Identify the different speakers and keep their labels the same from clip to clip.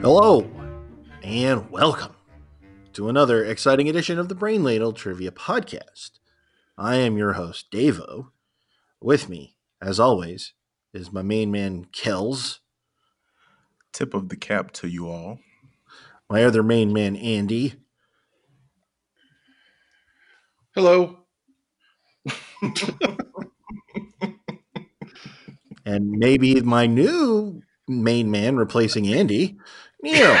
Speaker 1: Hello, and welcome to another exciting edition of the Brain Ladle Trivia Podcast. I am your host, Davo. With me, as always, is my main man, Kells,
Speaker 2: Tip of the cap to you all.
Speaker 1: my other main man, Andy,
Speaker 3: Hello.
Speaker 1: and maybe my new main man replacing Andy, Neil.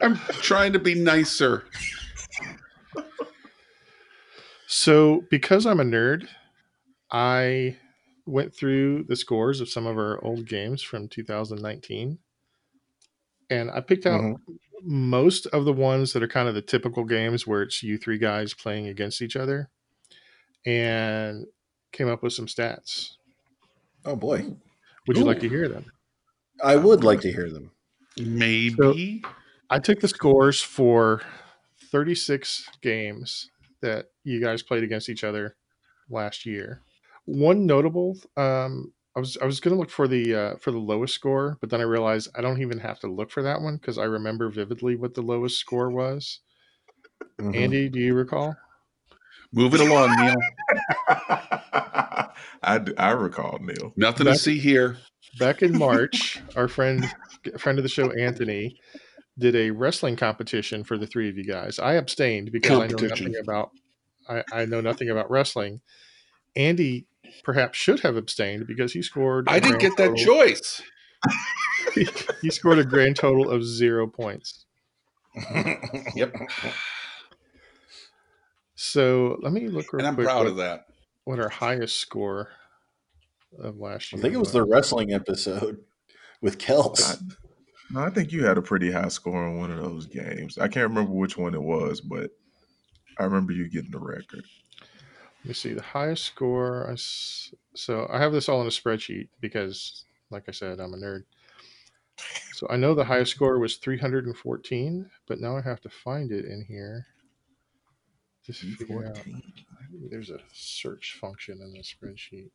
Speaker 3: I'm trying to be nicer.
Speaker 4: So, because I'm a nerd, I went through the scores of some of our old games from 2019 and I picked out
Speaker 2: Mhm.
Speaker 4: most of the ones that are kind of the typical games where it's you three guys playing against each other and came up with some stats.
Speaker 1: Oh, boy.
Speaker 4: Would you like
Speaker 3: Ooh.
Speaker 4: to hear them?
Speaker 1: I would like to hear them.
Speaker 3: Maybe.
Speaker 4: I took the scores for 36 games that you guys played against each other last year. One notable, um, I was I was going to look for the uh, for the lowest score, but then I realized I don't even have to look for that one because I remember vividly what the lowest score was.
Speaker 1: Mhm.
Speaker 4: Andy, do you recall?
Speaker 3: Move it along, Neil.
Speaker 2: I, d- I recall Neil.
Speaker 3: Nothing to
Speaker 4: That-
Speaker 3: see here.
Speaker 4: Back in March, our friend friend of the show Anthony did a wrestling competition for the three of you guys. I abstained because I know nothing
Speaker 3: Competition.
Speaker 4: about I, I know nothing about wrestling. Andy perhaps should have abstained because he scored. a
Speaker 3: I didn't get
Speaker 4: grand
Speaker 3: that
Speaker 4: total-
Speaker 3: choice.
Speaker 4: He scored a grand total of zero points.
Speaker 3: Yep.
Speaker 4: So let me look real
Speaker 3: And I'm
Speaker 4: quick
Speaker 3: proud
Speaker 4: what,
Speaker 3: of that.
Speaker 4: what our highest score of last
Speaker 1: I
Speaker 4: year.
Speaker 1: think it was the wrestling episode with
Speaker 4: Uh,
Speaker 1: Kells.
Speaker 2: No, I think you had a pretty high score in one of those games. I can't remember which one it was, but I remember you getting the record.
Speaker 4: Let me see the highest score. I s- so I have this all in a spreadsheet because, like I said, I'm a nerd. So I know the highest score was 314, but now I have to find it in here. Just figure out.
Speaker 2: 14.
Speaker 4: There's a search function in the spreadsheet.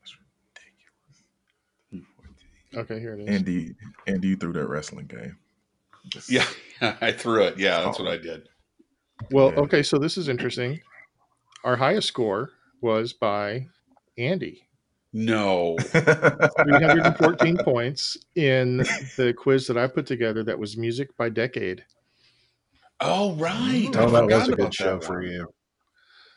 Speaker 2: That's ridiculous. 314.
Speaker 4: Okay, here it is.
Speaker 2: Andy, Andy, you threw that wrestling game.
Speaker 3: Yeah. I threw it. Yeah, that's what I did.
Speaker 4: well,
Speaker 2: yeah.
Speaker 4: okay, so this is interesting. Our highest score was by Andy.
Speaker 3: No.
Speaker 4: 314 points in the quiz that I put together that was music by decade.
Speaker 3: Oh, right.
Speaker 2: Oh, that
Speaker 3: I
Speaker 2: was
Speaker 3: forgot
Speaker 2: a
Speaker 3: about that one.
Speaker 1: you.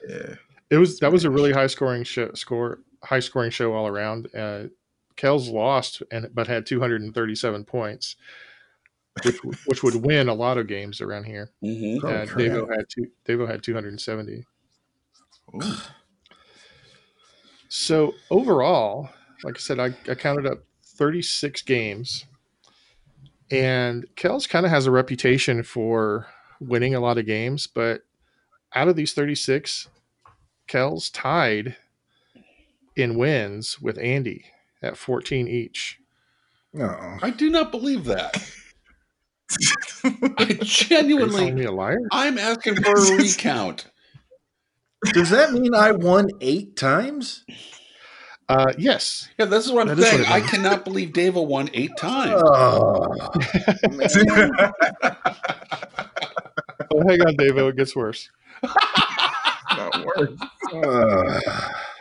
Speaker 2: Yeah.
Speaker 4: It was that was a
Speaker 2: Spanish.
Speaker 4: really high scoring show, score, high scoring show all around. Uh, Kells lost and but had 237 points, which w- which would win a lot of games around here.
Speaker 3: Mhm.
Speaker 1: Oh,
Speaker 4: uh,
Speaker 1: crap.
Speaker 4: Devo had two, Devo had 270.
Speaker 2: Ooh.
Speaker 4: So overall, like I said, I, I counted up 36 games, and Kells kind of has a reputation for winning a lot of games, but out of these 36, Kells tied in wins with Andy at 14 each.
Speaker 1: No.
Speaker 3: I do not believe that. I genuinely,
Speaker 4: me a liar?
Speaker 3: I'm asking for a recount.
Speaker 1: Does that mean I won eight times?
Speaker 4: Uh, yes.
Speaker 3: Yeah, this is what I'm
Speaker 4: That is
Speaker 3: saying.
Speaker 4: what it
Speaker 3: I
Speaker 4: is. Uh,
Speaker 3: cannot believe Dava won eight times.
Speaker 1: Oh, man.
Speaker 4: Oh, hang on, Devo. It gets worse
Speaker 2: Not worth
Speaker 1: Uh,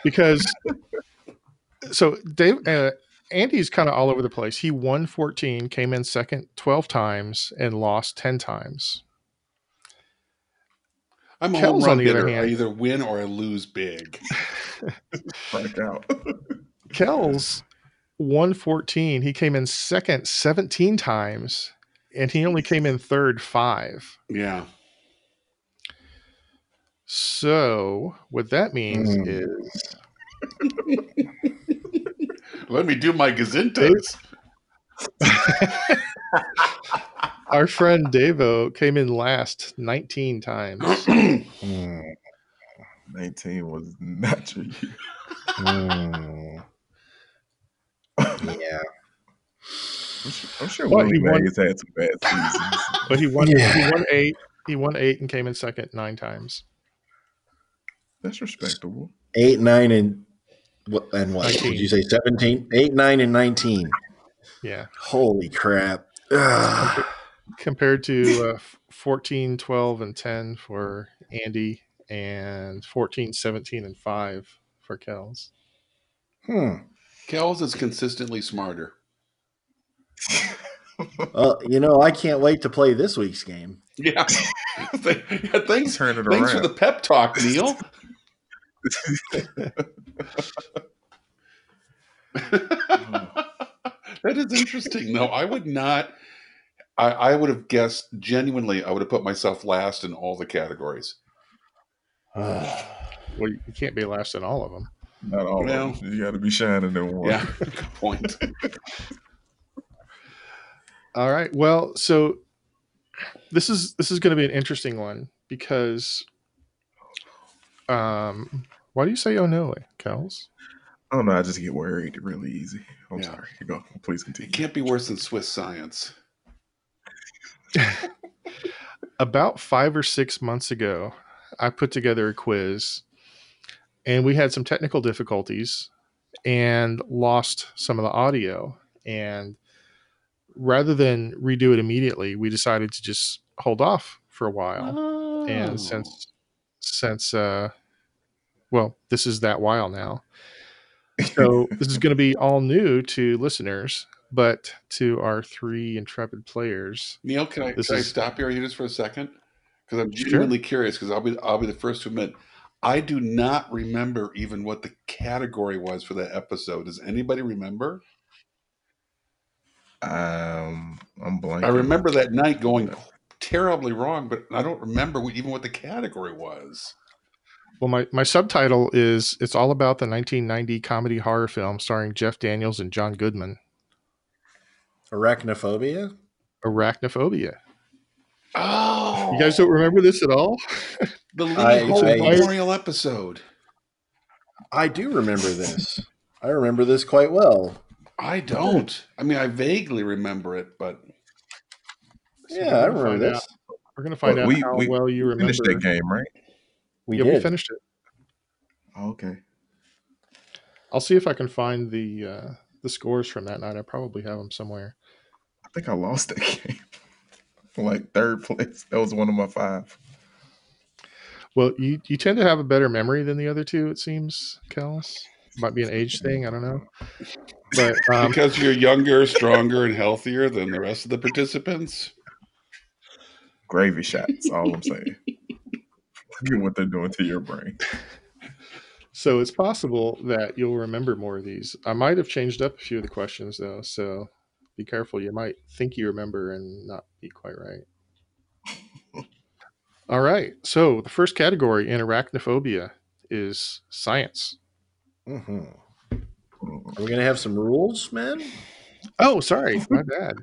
Speaker 4: because so Dave uh, Andy's kind of all over the place. He won 14, came in second 12 times, and lost 10 times.
Speaker 3: I'm a home
Speaker 4: Kells,
Speaker 3: run
Speaker 4: on the other
Speaker 3: hitter.
Speaker 4: hand-
Speaker 3: I either win or I lose big.
Speaker 2: Strike out.
Speaker 4: Kells 114. He came in second 17 times and he only came in third five.
Speaker 3: Yeah.
Speaker 4: So, what that means
Speaker 1: Hmm.
Speaker 4: is
Speaker 3: Let me do my gazintas.
Speaker 4: our friend Davo came in last 19 times.
Speaker 1: hmm,
Speaker 2: 19 was not your year.
Speaker 1: hmm. yeah.
Speaker 2: I'm sure, I'm sure
Speaker 4: Well,
Speaker 2: Willie
Speaker 4: he won-
Speaker 2: Mays had some bad seasons.
Speaker 4: But he won,
Speaker 1: Yeah.
Speaker 4: he won eight. He won eight and came in second nine times.
Speaker 2: That's respectable.
Speaker 1: Eight, nine, and what? And what? Did
Speaker 4: Nineteen.
Speaker 1: you say 17? Eight, nine, and 19.
Speaker 4: Yeah.
Speaker 1: Holy crap. Ugh.
Speaker 4: Compared to uh, 14, 12, and 10 for Andy, and 14, 17, and 5 for Kels.
Speaker 1: Hmm.
Speaker 3: Kells is consistently smarter.
Speaker 1: Well, you know, I can't wait to play this week's game.
Speaker 3: Yeah. Th- yeah, thanks.
Speaker 2: Turn it
Speaker 3: Thanks for
Speaker 2: around.
Speaker 3: the pep talk, Neil. that is interesting. No, I would not. I, I would have guessed genuinely. I would have put myself last in all the categories.
Speaker 1: Ugh.
Speaker 4: Well, you can't be last in all of them.
Speaker 2: Not all
Speaker 3: Well.
Speaker 2: of them. You got to be shining in one.
Speaker 3: Yeah, good point.
Speaker 4: All right. Well, so this is this is going to be an interesting one because um why do you say oh no, Kels?
Speaker 2: I don't know. I just get worried really easy. I'm
Speaker 3: Yeah.
Speaker 2: sorry. Go. Please continue.
Speaker 3: It can't be worse than Swiss science.
Speaker 4: About 5 or 6 months ago, I put together a quiz and we had some technical difficulties and lost some of the audio and rather than redo it immediately, we decided to just hold off for a while.
Speaker 3: Oh.
Speaker 4: and since since uh well this is that while now so this is going to be all new to listeners but to our three intrepid players
Speaker 3: Neil, can I,
Speaker 4: This
Speaker 3: can I
Speaker 4: is-
Speaker 3: stop you right here just for a second? Because I'm
Speaker 4: Sure.
Speaker 3: genuinely curious. Because I'll be I'll be the first to admit I do not remember even what the category was for that episode. Does anybody remember?
Speaker 2: Um, I'm blanking.
Speaker 3: I remember that night going terribly wrong, but I don't remember what, even what the category was.
Speaker 4: well my, my subtitle is it's all about the 1990 comedy horror film starring jeff daniels and john goodman
Speaker 1: Arachnophobia?
Speaker 4: arachnophobia
Speaker 3: Oh,
Speaker 4: you guys don't remember this at all
Speaker 3: the Lee
Speaker 1: I-
Speaker 3: Ho
Speaker 1: I-
Speaker 3: memorial episode.
Speaker 1: I do remember this. I remember this quite well.
Speaker 3: I don't. I mean, I vaguely remember it, but
Speaker 4: So
Speaker 1: yeah, I
Speaker 4: we're gonna
Speaker 1: remember
Speaker 4: find
Speaker 1: this.
Speaker 4: out- we're going to find
Speaker 2: But
Speaker 4: out
Speaker 2: we-
Speaker 4: how
Speaker 2: we
Speaker 4: well you remember
Speaker 2: Finish that game, right?
Speaker 1: We
Speaker 4: yeah we
Speaker 1: did.
Speaker 4: finished it
Speaker 2: Oh, okay.
Speaker 4: i'll see if i can find the uh the scores from that night i probably have them somewhere
Speaker 2: I think I lost that game. like third place. That was one of my five.
Speaker 4: Well, you, you tend to have a better memory than the other two, it seems, Kellis. Might be an age thing. I don't know. But um,
Speaker 3: because you're younger, stronger, and healthier than the rest of the participants.
Speaker 2: Gravy shots. All I'm saying. Look at what they're doing to your brain.
Speaker 4: so it's possible that you'll remember more of these. I might have changed up a few of the questions, though. So be careful. You might think you remember and not be quite right. All right. So the first category in arachnophobia is science.
Speaker 1: Mhm.
Speaker 2: Mm.
Speaker 1: Are we going to have some rules, man?
Speaker 4: Oh, sorry, my bad.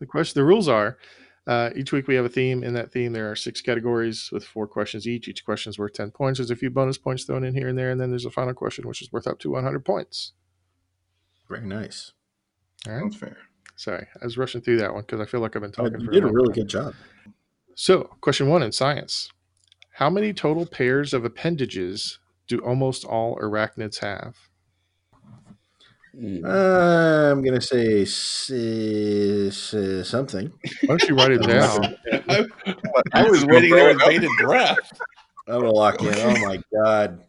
Speaker 4: The question, the rules are: uh, each week we have a theme. In that theme, there are six categories with four questions each. Each question is worth ten points. There's a few bonus points thrown in here and there, and then there's a final question which is worth up to one hundred points.
Speaker 1: Very nice.
Speaker 4: All right.
Speaker 2: That's fair.
Speaker 4: Sorry, I was rushing through that one because I feel like I've been
Speaker 1: Uh,
Speaker 4: talking
Speaker 1: you
Speaker 4: for
Speaker 1: did a
Speaker 4: long
Speaker 1: really
Speaker 4: time.
Speaker 1: good job.
Speaker 4: So, question one in science: How many total pairs of appendages do almost all arachnids have?
Speaker 3: Mm.
Speaker 1: I'm going to say s- s- something.
Speaker 4: Why don't you write it down?
Speaker 3: I, I was waiting there with bated breath.
Speaker 1: I'm going to lock in. Oh, my God.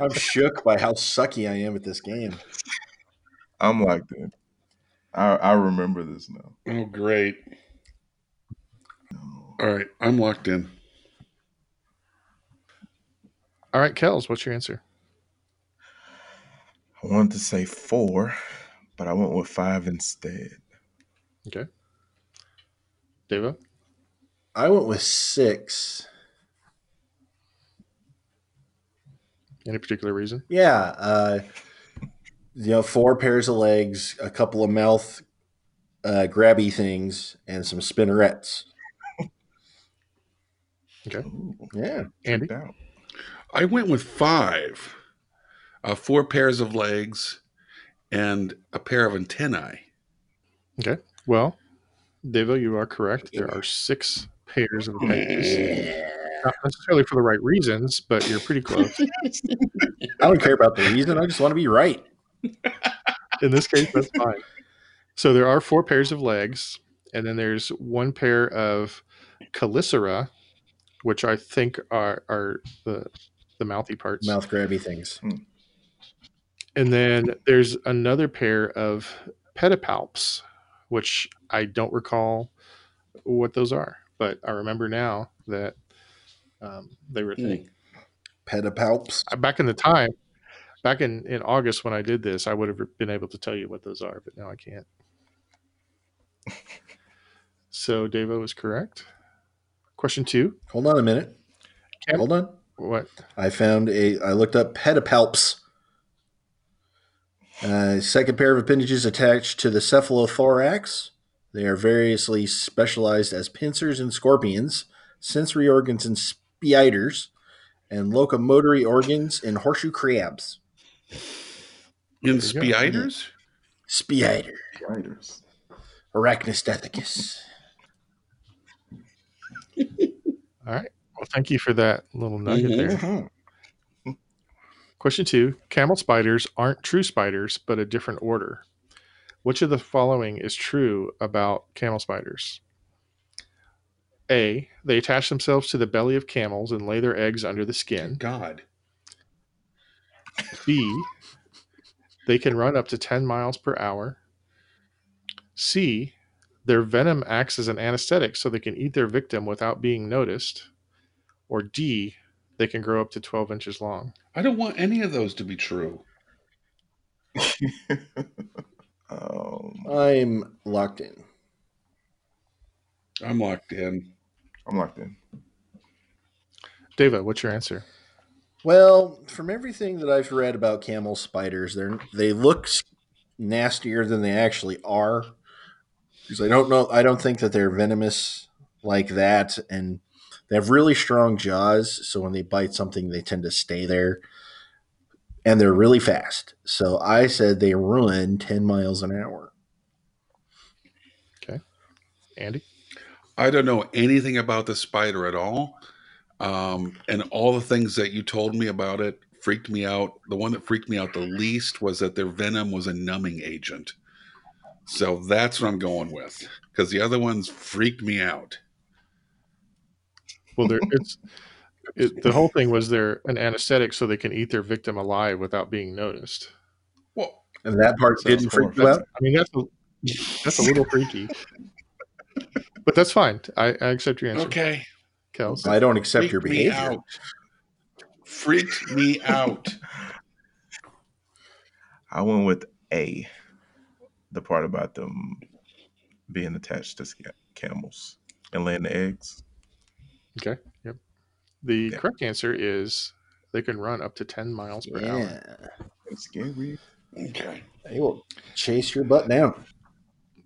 Speaker 1: I'm shook by how sucky I am at this game.
Speaker 2: I'm like that. I I remember this now.
Speaker 3: Oh, great. All right, I'm locked in.
Speaker 4: All right, Kels, what's your answer?
Speaker 2: I wanted to say four, but I went with five instead.
Speaker 4: Deva,
Speaker 1: I went with six.
Speaker 4: any particular reason?
Speaker 1: Yeah. Uh, you know, four pairs of legs, a couple of mouth uh, grabby things, and some spinnerets.
Speaker 2: Ooh,
Speaker 1: Yeah.
Speaker 4: Andy,
Speaker 2: freaked out.
Speaker 3: I went with five, uh, four pairs of legs, and a pair of antennae.
Speaker 4: Well, Devo, you are correct. There are six pairs of appendages. Not necessarily for the right reasons, but you're pretty close.
Speaker 1: I don't care about the reason. I just want to be right.
Speaker 4: In this case, that's fine. So there are four pairs of legs, and then there's one pair of chelicera, which I think are are the the mouthy parts.
Speaker 1: Mouth grabby things.
Speaker 4: And then there's another pair of pedipalps, which I don't recall what those are, but I remember now that um, they were a thing.
Speaker 1: Pedipalps.
Speaker 4: Uh, Back in the time, back in, in August when I did this, I would have been able to tell you what those are, but now I can't. so Devo was correct. Question two.
Speaker 1: Hold on a minute.
Speaker 4: Yep.
Speaker 1: Hold on.
Speaker 4: What?
Speaker 1: I found a. I looked up pedipalps. Uh, second pair of appendages attached to the cephalothorax. They are variously specialized as pincers and scorpions, sensory organs in spiders, and locomotory organs in horseshoe crabs.
Speaker 3: In
Speaker 4: There you go.
Speaker 3: spiders?
Speaker 1: Spider.
Speaker 2: Writers.
Speaker 1: Arachnostethicus.
Speaker 4: All right. Well, thank you for that little nugget
Speaker 3: Mhm.
Speaker 2: Mm-hmm.
Speaker 4: there.
Speaker 2: Uh-huh.
Speaker 4: Question two Camel spiders aren't true spiders, but a different order. Which of the following is true about camel spiders? A. They attach themselves to the belly of camels and lay their eggs under the skin.
Speaker 3: God.
Speaker 4: B. They can run up to 10 miles per hour. C. Their venom acts as an anesthetic so they can eat their victim without being noticed. Or D. They can grow up to 12 inches long.
Speaker 3: I don't want any of those to be true.
Speaker 2: um,
Speaker 1: I'm locked in.
Speaker 3: I'm locked in.
Speaker 2: I'm locked in.
Speaker 4: Deva, what's your answer?
Speaker 1: Well, from everything that I've read about camel spiders, they they look s- nastier than they actually are. Because I don't know, I don't think that they're venomous like that, and they have really strong jaws. So when they bite something, they tend to stay there, and they're really fast. So I said they run ten miles an hour.
Speaker 4: Andy?
Speaker 3: I don't know anything about the spider at all. Um, and all the things that you told me about it freaked me out. The one that freaked me out the least was that their venom was a numbing agent. So that's what I'm going with because the other ones freaked me out.
Speaker 4: Well, there, it's it, the whole thing was they're an anesthetic so they can eat their victim alive without being noticed.
Speaker 3: Well,
Speaker 1: And that part
Speaker 2: Sounds
Speaker 1: didn't freak you
Speaker 2: horrifying.
Speaker 1: out.
Speaker 4: I mean, that's a, that's a little freaky, but that's fine. I, I accept your answer,
Speaker 3: okay.
Speaker 4: Kels.
Speaker 1: I don't accept your
Speaker 3: Freaked me
Speaker 1: behavior.
Speaker 3: out. Freaked me out.
Speaker 2: I went with A, the part about them being attached to sca- camels and laying the eggs.
Speaker 4: The
Speaker 2: Yeah.
Speaker 4: correct answer is they can run up to 10 miles per hour.
Speaker 1: Yeah,
Speaker 2: It's scary.
Speaker 3: Okay.
Speaker 1: they will chase your butt down.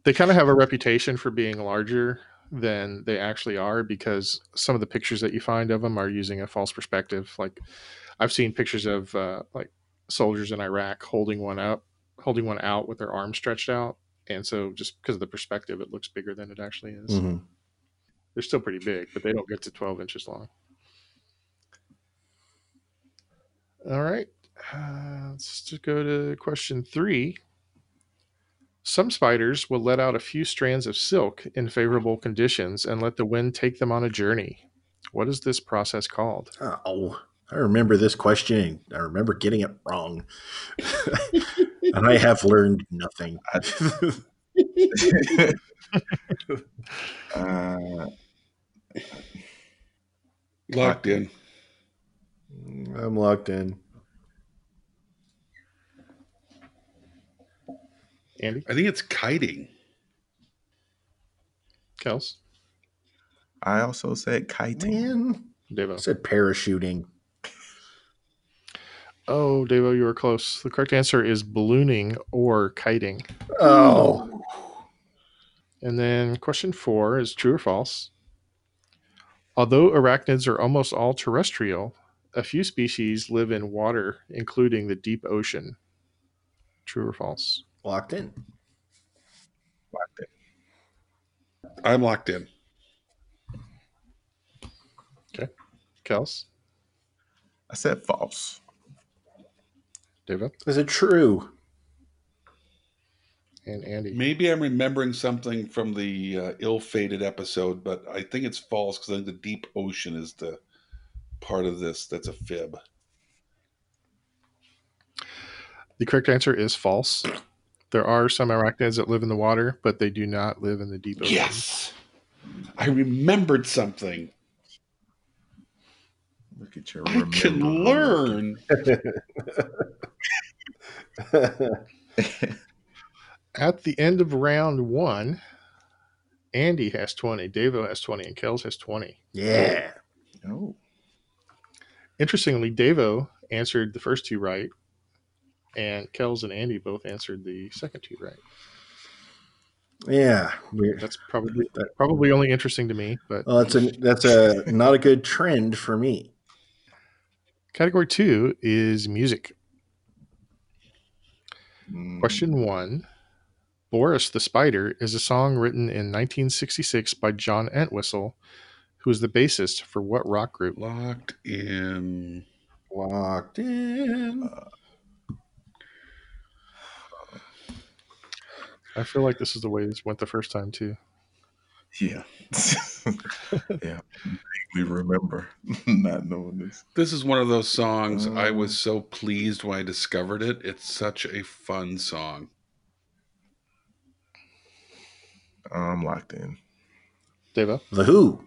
Speaker 4: They kind of have a reputation for being larger than they actually are because some of the pictures that you find of them are using a false perspective. Like I've seen pictures of uh, like soldiers in Iraq holding one up, holding one out with their arm stretched out. And so just because of the perspective, it looks bigger than it actually is.
Speaker 3: Mm-hmm.
Speaker 1: Mhm.
Speaker 4: They're still pretty big, but they don't get to 12 inches long. All right. Uh, let's just go to question three. Some spiders will let out a few strands of silk in favorable conditions and let the wind take them on a journey. What is this process called?
Speaker 1: Oh, I remember this question. I remember getting it wrong. and I have learned nothing.
Speaker 2: uh,
Speaker 3: Locked in.
Speaker 1: I'm locked in.
Speaker 4: Andy,
Speaker 3: I think it's kiting.
Speaker 4: Kels,
Speaker 2: I also said kiting.
Speaker 1: Man, I
Speaker 4: Devo.
Speaker 1: said parachuting.
Speaker 4: Oh, Devo, you were close. The correct answer is ballooning or kiting.
Speaker 1: Oh,
Speaker 4: And then question four is true or false? Although arachnids are almost all terrestrial, a few species live in water, including the deep ocean. True or false?
Speaker 1: locked in.
Speaker 2: Locked in.
Speaker 3: I'm locked in.
Speaker 4: Kels,
Speaker 2: I said false.
Speaker 4: Deva,
Speaker 1: Is it true?
Speaker 4: and Andy.
Speaker 3: Maybe I'm remembering something from the uh, ill-fated episode, but I think it's false because I think the deep ocean is the part of this that's a fib.
Speaker 4: The correct answer is false. There are some arachnids that live in the water, but they do not live in the deep ocean.
Speaker 3: Yes, I remembered something.
Speaker 2: Look at your.
Speaker 3: I can
Speaker 2: remember.
Speaker 3: learn.
Speaker 4: At the end of round one, Andy has 20, Davo has 20, and Kells has 20.
Speaker 1: Yeah.
Speaker 2: Oh,
Speaker 4: Interestingly, Davo answered the first two right, and Kells and Andy both answered the second two right.
Speaker 1: Yeah. Weird.
Speaker 4: That's probably probably only interesting to me, but
Speaker 1: Well, that's a that's a not a good trend for me.
Speaker 4: Category two is music.
Speaker 2: Mm.
Speaker 4: Question one Boris the Spider is a song written in 1966 by John Entwistle, who is the bassist for what rock group?
Speaker 3: Locked in.
Speaker 1: Locked in.
Speaker 4: I feel like this is the way this went the first time, too.
Speaker 2: Yeah. yeah. We remember not knowing this.
Speaker 3: This is one of those songs I
Speaker 2: Um.
Speaker 3: was so pleased when I discovered it. It's such a fun song.
Speaker 2: I'm locked in.
Speaker 4: Devo?
Speaker 1: The Who.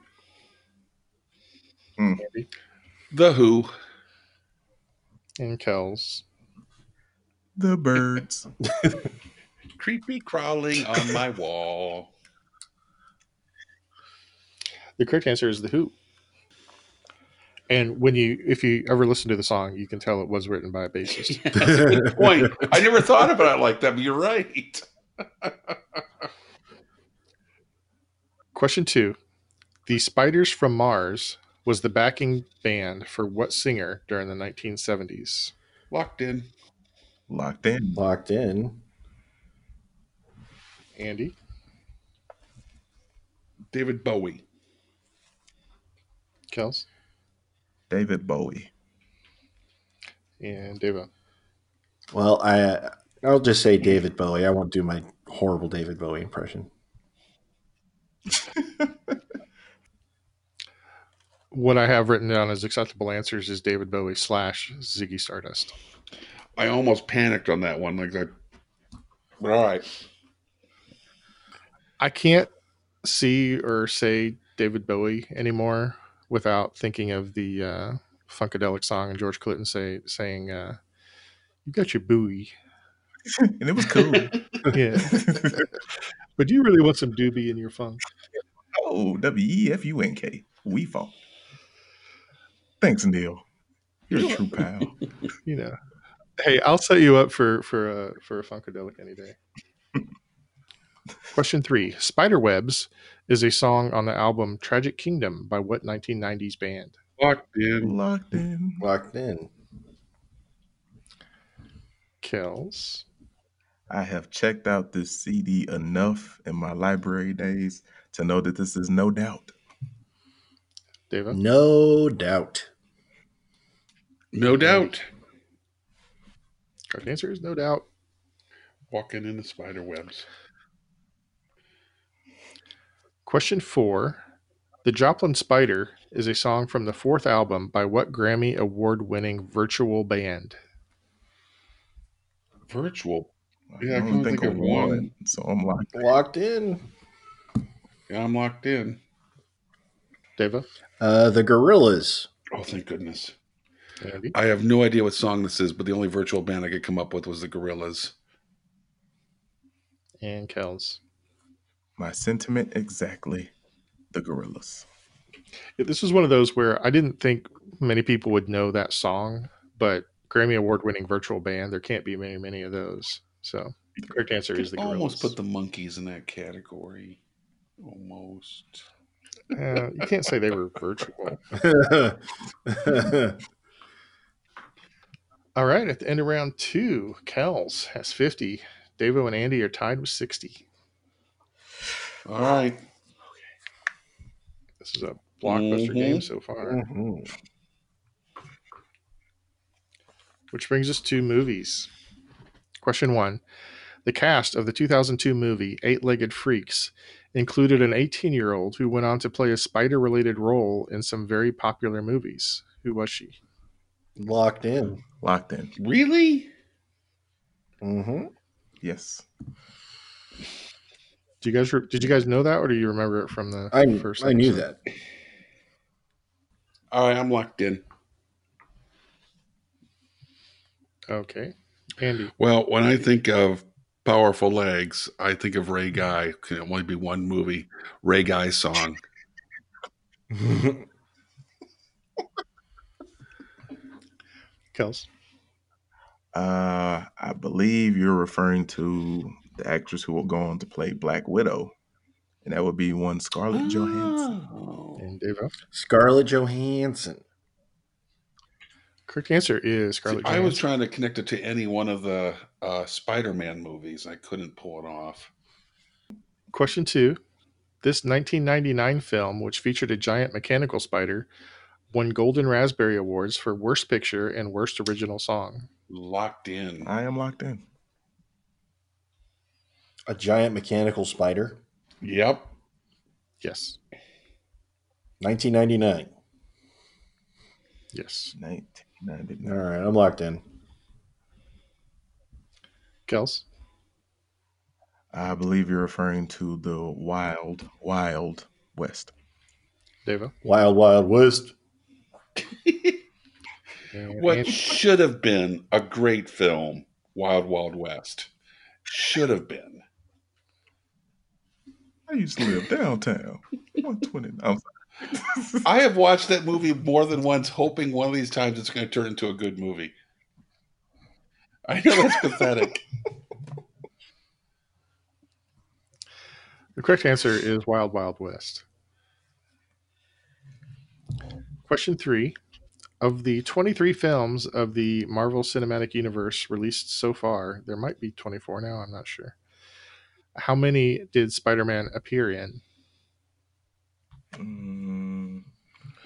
Speaker 3: The Who.
Speaker 4: And Kells.
Speaker 2: The birds.
Speaker 3: Creepy crawling on my wall.
Speaker 4: The correct answer is The Who. And when you, if you ever listen to the song, you can tell it was written by a bassist.
Speaker 3: That's a good point. I never thought about it like that, but you're right.
Speaker 4: Question two The Spiders from Mars was the backing band for what singer during the 1970s?
Speaker 3: Locked in.
Speaker 2: Locked in.
Speaker 1: Locked in.
Speaker 4: Andy?
Speaker 3: David Bowie.
Speaker 4: Kells?
Speaker 2: David Bowie.
Speaker 4: And Devo?
Speaker 1: Well, I I'll just say David Bowie. I won't do my horrible David Bowie impression.
Speaker 4: what I have written down as acceptable answers is David Bowie slash Ziggy Stardust.
Speaker 3: I almost panicked on that one. Like I but all right.
Speaker 4: I can't see or say David Bowie anymore without thinking of the uh, Funkadelic song and George Clinton say, saying, uh, "You got your Bowie."
Speaker 2: And it was cool.
Speaker 4: Yeah, but do you really want some doobie in your funk?
Speaker 2: oh, W E F U N K. We fought. Thanks, Neil. You're a true pal.
Speaker 4: You know. Hey, I'll set you up for for a for a Funkadelic any day. Question three: Spiderwebs is a song on the album Tragic Kingdom by what 1990s band?
Speaker 3: Locked in.
Speaker 2: Locked in.
Speaker 1: Locked in.
Speaker 4: Kells.
Speaker 2: I have checked out this CD enough in my library days to know that this is no doubt.
Speaker 4: David.
Speaker 1: Mm. No doubt.
Speaker 3: No doubt.
Speaker 4: Correct answer is no doubt.
Speaker 3: Walking in the spider webs.
Speaker 4: Question four The Joplin Spider is a song from the fourth album by what Grammy award winning virtual band?
Speaker 3: Virtual.
Speaker 2: I
Speaker 3: Yeah,
Speaker 2: can
Speaker 3: I can only
Speaker 2: only think,
Speaker 3: think
Speaker 2: of
Speaker 3: of
Speaker 2: one,
Speaker 3: one.
Speaker 2: so I'm locked.
Speaker 1: Locked in.
Speaker 3: Yeah, I'm locked in.
Speaker 4: Deva?
Speaker 1: Uh, the Gorillas.
Speaker 3: Oh thank goodness.
Speaker 4: Andy?
Speaker 3: I have no idea what song this is, but the only virtual band I could come up with was the Gorillas.
Speaker 4: And Kells.
Speaker 2: My sentiment exactly. The gorillas.
Speaker 4: Yeah, This was one of those where I didn't think many people would know that song, but Grammy award winning virtual band, there can't be many, many of those. So the correct answer is the
Speaker 3: Could almost
Speaker 4: Gorillas.
Speaker 3: put the monkeys in that category. Almost.
Speaker 4: Uh, you can't say they were virtual.
Speaker 1: Mm-hmm.
Speaker 4: All right, at the end of round two, Kells has 50. Davo and Andy are tied with 60.
Speaker 3: All right.
Speaker 4: This is a blockbuster
Speaker 3: Mhm.
Speaker 4: game so far.
Speaker 1: Mhm.
Speaker 4: Which brings us to movies. Question one. The cast of the 2002 movie Eight Legged Freaks included an 18 year old who went on to play a spider related role in some very popular movies. Who was she?
Speaker 1: Locked in.
Speaker 2: Locked in.
Speaker 3: Really?
Speaker 1: Mm-hmm.
Speaker 2: Yes.
Speaker 4: Do you guys re- did you guys know that, or do you remember it from the
Speaker 1: I,
Speaker 4: first?
Speaker 1: I knew
Speaker 4: episode?
Speaker 1: that.
Speaker 3: All right, I'm locked in.
Speaker 4: Okay, Andy.
Speaker 3: Well, when I think of powerful legs, I think of Ray Guy. Can only be one movie. Ray Guy song.
Speaker 4: Kels.
Speaker 2: Uh, I believe you're referring to the actress who will go on to play Black Widow, and that would be one Scarlett Johansson.
Speaker 3: Oh.
Speaker 4: And Dave.
Speaker 1: Scarlett Johansson.
Speaker 4: Correct answer is
Speaker 3: See,
Speaker 4: Scarlett.
Speaker 3: I
Speaker 4: Johansson.
Speaker 3: was trying to connect it to any one of the uh, Spider-Man movies. I couldn't pull it off.
Speaker 4: Question two. This 1999 film, which featured a giant mechanical spider, won Golden Raspberry Awards for Worst Picture and Worst Original Song.
Speaker 3: Locked in.
Speaker 2: I am locked in.
Speaker 1: A giant mechanical spider.
Speaker 3: Yep.
Speaker 4: Yes.
Speaker 1: 1999.
Speaker 4: Yes.
Speaker 2: 1999.
Speaker 1: All right, I'm locked in.
Speaker 4: Kels?
Speaker 2: I believe you're referring to the Wild Wild West.
Speaker 4: Devo?
Speaker 1: Wild Wild West.
Speaker 4: and
Speaker 3: What
Speaker 4: Andy.
Speaker 3: should have been a great film, Wild Wild West, should have been.
Speaker 2: I used to live downtown. 120. I'm sorry.
Speaker 3: I have watched that movie more than once, hoping one of these times it's going to turn into a good movie. I know that's pathetic.
Speaker 4: The correct answer is Wild Wild West. Question three. Of the 23 films of the Marvel Cinematic Universe released so far, there might be 24 now, I'm not sure. How many did Spider Man appear in?
Speaker 2: Mm,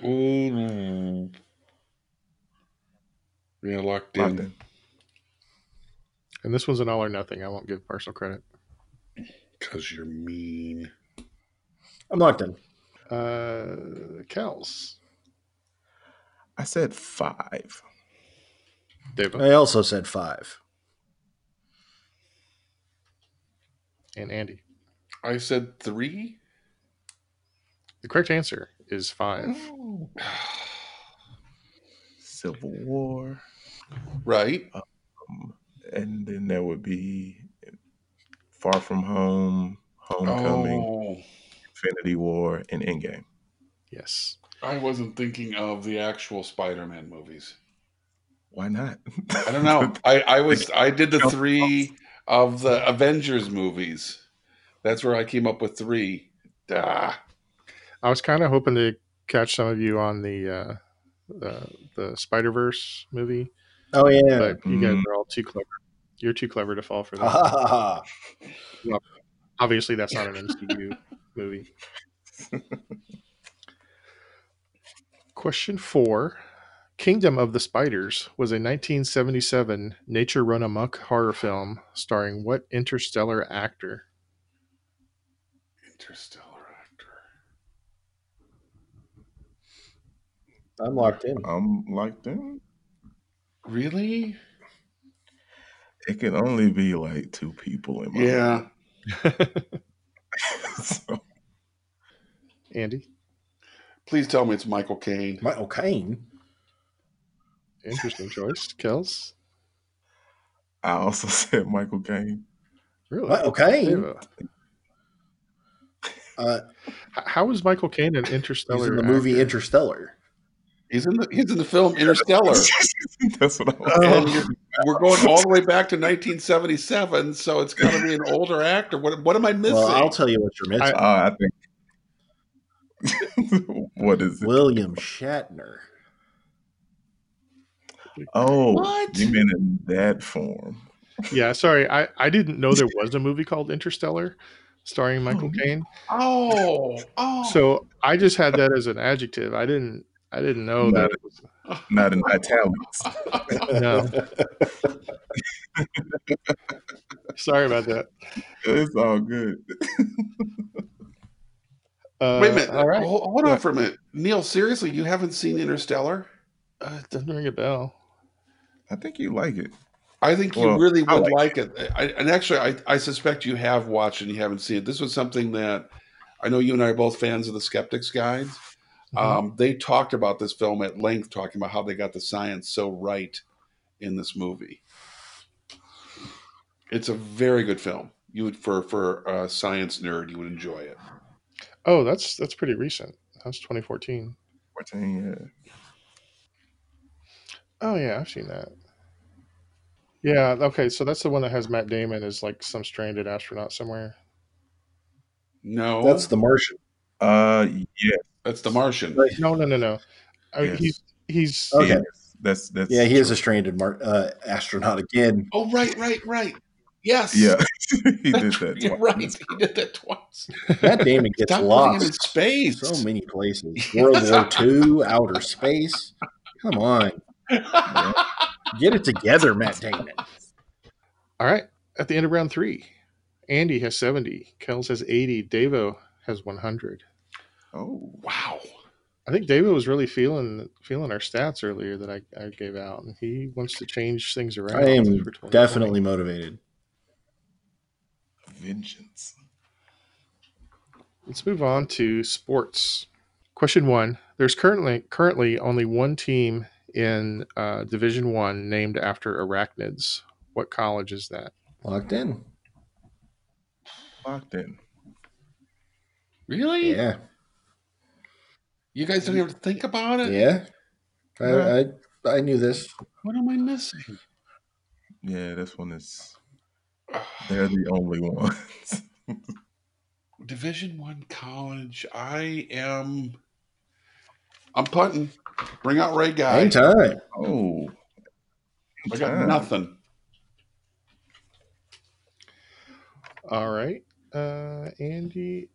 Speaker 3: Ooh. Mm-hmm. Yeah, locked in.
Speaker 2: locked in.
Speaker 4: And this one's an all or nothing. I won't give partial credit.
Speaker 3: Because you're mean.
Speaker 1: I'm locked in.
Speaker 4: Uh, Kels.
Speaker 2: I said five.
Speaker 4: Deva.
Speaker 1: I also said five.
Speaker 4: and Andy.
Speaker 3: I said three?
Speaker 4: The correct answer is five.
Speaker 2: Oh.
Speaker 3: Oh.
Speaker 2: Civil War.
Speaker 3: Right?
Speaker 2: Um, and then there would be Far From Home, Homecoming,
Speaker 3: Oh,
Speaker 2: Infinity War, and Endgame.
Speaker 4: Yes.
Speaker 3: Oh, I wasn't thinking of the actual Spider Man movies.
Speaker 2: Why not?
Speaker 3: I don't know. I, I was I did the three of the Avengers movies. That's where I came up with three. Ah,
Speaker 4: I was kind of hoping to catch some of you on the uh, the, the Spider Verse movie,
Speaker 1: Oh yeah.
Speaker 4: but you guys are all too clever. You're too clever to fall for
Speaker 1: Ha,
Speaker 4: that.
Speaker 1: ha, ha, ha.
Speaker 4: Obviously, that's not an MCU movie. Question four Kingdom of the Spiders was a 1977 nature run amok horror film starring what interstellar actor?
Speaker 3: Interstellar actor.
Speaker 1: I'm locked in.
Speaker 2: I'm locked in.
Speaker 3: Really?
Speaker 2: It can only be like two people in my
Speaker 3: Yeah.
Speaker 2: head, so.
Speaker 4: Andy?
Speaker 3: Please tell me it's Michael Caine.
Speaker 1: Michael Caine.
Speaker 4: Interesting choice. Kels?
Speaker 2: I also said Michael Caine.
Speaker 4: Really?
Speaker 1: Michael Caine.
Speaker 4: Devo.
Speaker 1: Uh,
Speaker 4: H- How is Michael Caine an
Speaker 1: he's
Speaker 4: interstellar
Speaker 1: in the movie
Speaker 4: actor?
Speaker 1: Interstellar.
Speaker 3: He's in the he's in the film Interstellar.
Speaker 2: That's what I was.
Speaker 3: And you're, we're going all the way back to 1977, so it's got to be an older actor. What, what am I missing?
Speaker 1: Well, I'll tell you what you're missing.
Speaker 2: Uh, I think. what is it?
Speaker 1: William Shatner.
Speaker 2: Oh,
Speaker 3: What?
Speaker 2: you mean in that form?
Speaker 4: yeah, sorry. I, I didn't know there was a movie called Interstellar starring Michael
Speaker 2: Oh.
Speaker 4: Caine.
Speaker 3: oh, oh.
Speaker 4: So I just had that as an adjective. I didn't I didn't know
Speaker 2: No.
Speaker 4: that it was
Speaker 2: Not in italics.
Speaker 4: no. Sorry about that.
Speaker 2: It's all good.
Speaker 4: Uh,
Speaker 3: Wait a minute.
Speaker 4: All right.
Speaker 3: Hol- Hold, on
Speaker 2: What?
Speaker 3: for a minute. Neil, seriously, you haven't seen Interstellar?
Speaker 4: Uh, it doesn't ring a bell.
Speaker 2: I think you like it.
Speaker 3: I think you
Speaker 2: Well,
Speaker 3: really
Speaker 2: I
Speaker 3: would like, it. I, and actually, I, I suspect you have watched and you haven't seen it. This was something that I know you and I are both fans of the Skeptics Guides. Um, they talked about this film at length, talking about how they got the science so right in this movie. It's a very good film. You would, for for a science nerd, you would enjoy it.
Speaker 4: oh, that's that's pretty recent. That's 2014.
Speaker 2: 14, yeah.
Speaker 4: Oh yeah, I've seen that. Yeah. Okay. So that's the one that has Matt Damon as like some stranded astronaut somewhere.
Speaker 3: No,
Speaker 1: That's the Martian.
Speaker 2: Uh, yeah,
Speaker 3: that's The Martian.
Speaker 1: Right.
Speaker 4: No, no, no, no. I mean,
Speaker 2: Yes.
Speaker 4: he's he's
Speaker 3: Oh.
Speaker 1: Okay.
Speaker 2: yes, that's that's
Speaker 1: Yeah, he is
Speaker 2: true.
Speaker 1: a stranded mar- uh, astronaut again.
Speaker 3: Oh, right, right, right. Yes.
Speaker 2: yeah. he did that.
Speaker 3: You're
Speaker 2: twice.
Speaker 3: right. He did that twice.
Speaker 1: Matt Damon gets
Speaker 3: Stop putting him in
Speaker 1: lost
Speaker 3: space.
Speaker 1: so many places. World War II, outer space. Come on, get it together, Matt Damon.
Speaker 4: all right. At the end of round three, Andy has 70. Kells has 80. Davo has 100.
Speaker 2: Oh,
Speaker 3: wow.
Speaker 4: I think Davo was really feeling feeling our stats earlier that I, I gave out, and he wants to change things around.
Speaker 1: I am
Speaker 4: for 2020.
Speaker 1: Definitely motivated.
Speaker 2: vengeance.
Speaker 4: Let's move on to sports. Question one: There's currently currently only one team in uh, Division One named after arachnids. What college is that?
Speaker 1: Locked in.
Speaker 2: Locked in.
Speaker 3: Really?
Speaker 1: Yeah,
Speaker 3: You guys don't even have to think about it?
Speaker 1: yeah. I I, I knew this.
Speaker 3: What am I missing?
Speaker 2: Yeah, this one is. They're the only ones.
Speaker 3: Division One college. I am. I'm punting. Bring out Ray Guy.
Speaker 1: Hang time.
Speaker 2: oh,
Speaker 3: I got
Speaker 2: time.
Speaker 3: nothing.
Speaker 4: All right, uh, Andy.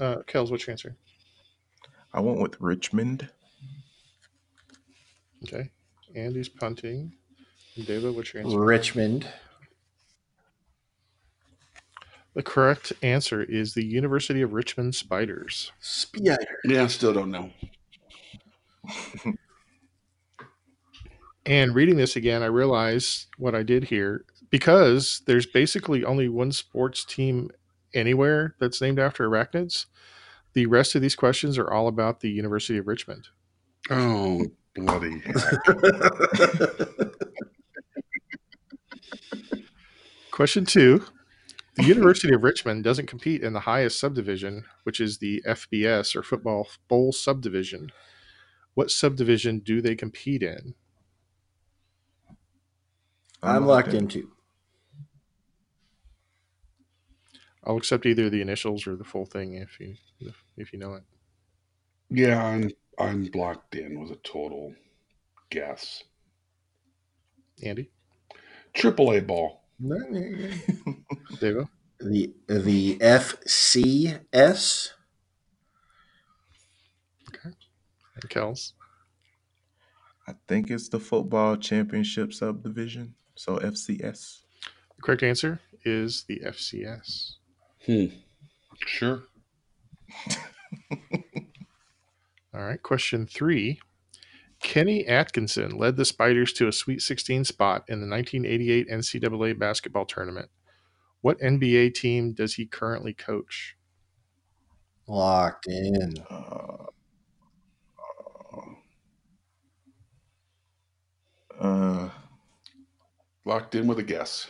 Speaker 4: Uh, Kels, what's your answer?
Speaker 2: I went with Richmond.
Speaker 4: Okay, Andy's punting. David, what's your answer?
Speaker 1: Richmond.
Speaker 4: The correct answer is the University of Richmond Spiders.
Speaker 1: Spider.
Speaker 3: Yeah, I still don't know.
Speaker 4: And reading this again, I realized what I did here because there's basically only one sports team anywhere that's named after arachnids. The rest of these questions are all about the University of Richmond.
Speaker 3: Oh, bloody. heck.
Speaker 4: Question two The University of Richmond doesn't compete in the highest subdivision, which is the FBS or Football Bowl subdivision. What subdivision do they compete in?
Speaker 1: I'm locked in too.
Speaker 4: I'll accept either the initials or the full thing if you if, if you know it.
Speaker 3: yeah, I'm, I'm blocked in with a total guess.
Speaker 4: Andy,
Speaker 3: Triple A ball.
Speaker 1: The
Speaker 4: Devo,
Speaker 1: the FCS.
Speaker 4: and Kels.
Speaker 2: I think it's the football championship subdivision. So FCS.
Speaker 4: The correct answer is the FCS.
Speaker 3: Hmm. Sure.
Speaker 4: All right, question three. Kenny Atkinson led the Spiders to a Sweet 16 spot in the 1988 NCAA basketball tournament. What NBA team does he currently coach?
Speaker 1: Locked in.
Speaker 2: Uh, uh,
Speaker 3: Locked in with a guess.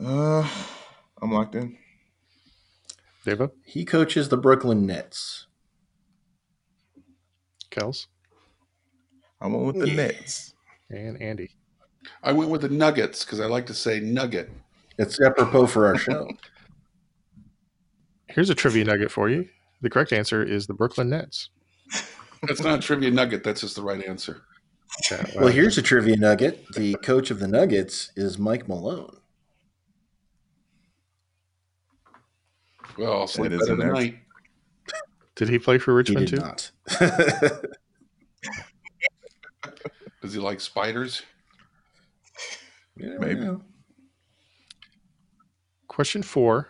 Speaker 2: uh, I'm locked in.
Speaker 4: Devo,
Speaker 1: He coaches the Brooklyn Nets.
Speaker 4: Kels,
Speaker 2: I went with the
Speaker 1: Yeah.
Speaker 2: Nets.
Speaker 4: and Andy.
Speaker 3: I went with the Nuggets because I like to say Nugget.
Speaker 1: It's apropos for our show.
Speaker 4: Here's a trivia nugget for you. The correct answer is the Brooklyn Nets.
Speaker 3: That's not a trivia nugget. That's just the right answer.
Speaker 4: Yeah,
Speaker 1: Well, here's a trivia nugget. The coach of the Nuggets is Mike Malone.
Speaker 3: Well, I'll sleep
Speaker 2: is
Speaker 3: better
Speaker 2: an answer.
Speaker 3: tonight.
Speaker 4: did he play for
Speaker 1: He
Speaker 4: Richmond
Speaker 1: did
Speaker 4: too?
Speaker 1: not.
Speaker 3: Does he like spiders?
Speaker 2: Yeah, Maybe. yeah.
Speaker 4: Question four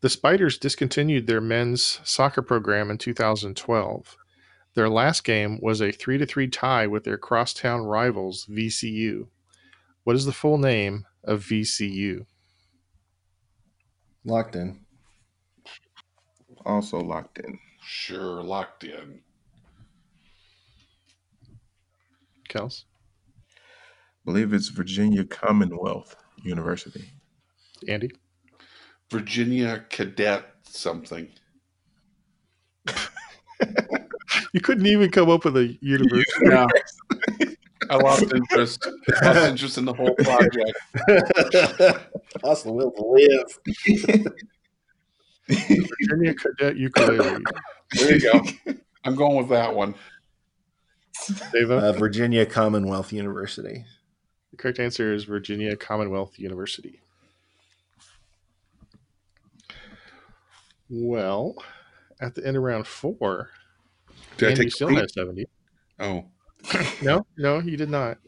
Speaker 4: The Spiders discontinued their men's soccer program in 2012. Their last game was a 3 3 tie with their crosstown rivals, VCU. What is the full name of VCU?
Speaker 1: Locked in.
Speaker 2: Also locked in.
Speaker 3: Sure, locked in.
Speaker 4: Kels?
Speaker 2: believe it's Virginia Commonwealth University.
Speaker 4: Andy?
Speaker 3: Virginia Cadet something.
Speaker 4: you couldn't even come up with a university.
Speaker 3: No. I lost interest. I lost interest in the whole project.
Speaker 1: Lost the will to
Speaker 4: live. Virginia Cadet Ukulele.
Speaker 3: There you go. I'm going with that one.
Speaker 1: Uh, Virginia Commonwealth University.
Speaker 4: The correct answer is Virginia Commonwealth University. Well, at the end of round four,
Speaker 3: did Andy I take
Speaker 4: still has seventy.
Speaker 3: Oh,
Speaker 4: no, no, you did not.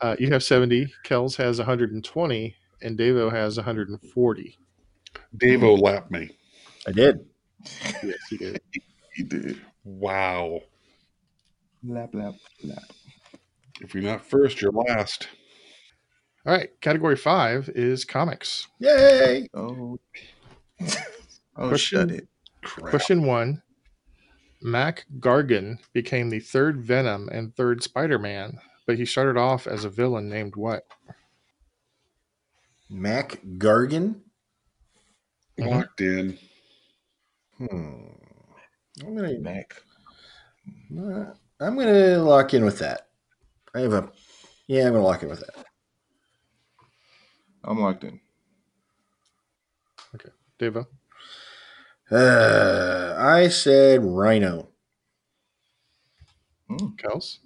Speaker 4: Uh, you have seventy. Kells has one hundred and twenty, and Davo has one hundred and forty.
Speaker 3: Davo lapped me.
Speaker 1: I did.
Speaker 4: Yes, he did.
Speaker 2: he did.
Speaker 3: Wow.
Speaker 2: Lap, lap, lap.
Speaker 3: If you're not first, you're last.
Speaker 4: All right. Category five is comics.
Speaker 1: Yay!
Speaker 2: Oh, oh question, shut it.
Speaker 4: Crap. Question one Mac Gargan became the third Venom and third Spider Man, but he started off as a villain named what?
Speaker 1: Mac Gargan?
Speaker 3: Locked in.
Speaker 1: Hmm. I'm going to Mac. Nah. I'm gonna lock in with that. I have a yeah, I'm gonna lock in with that.
Speaker 2: I'm locked in.
Speaker 4: Okay. Deva.
Speaker 1: Uh, I said rhino.
Speaker 4: Mm. Kels?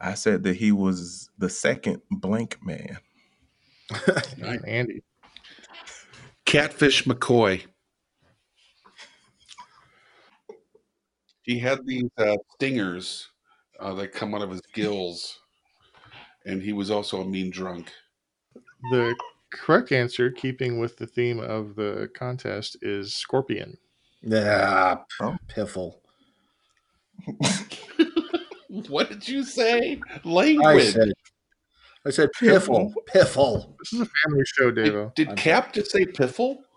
Speaker 2: I said that he was the second blank man.
Speaker 4: and Andy.
Speaker 3: Catfish McCoy. he had these uh, stingers uh, that come out of his gills, and he was also a mean drunk.
Speaker 4: The correct answer, keeping with the theme of the contest, is scorpion.
Speaker 1: Yeah, oh. piffle.
Speaker 3: what did you say? Language. I
Speaker 1: said, I said piffle, piffle.
Speaker 4: This is a family show, Dave.
Speaker 3: Did, did Cap just say piffle?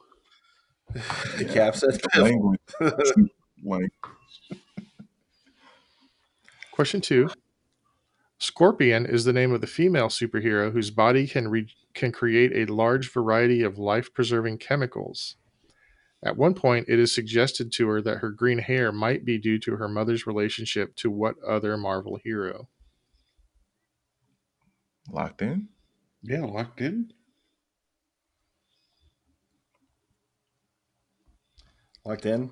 Speaker 1: Yeah. Cap said piffle.
Speaker 2: Language.
Speaker 4: Question two: Scorpion is the name of the female superhero whose body can re- can create a large variety of life-preserving chemicals. At one point, it is suggested to her that her green hair might be due to her mother's relationship to what other Marvel hero?
Speaker 2: Locked in.
Speaker 3: Yeah, locked in.
Speaker 1: Locked in.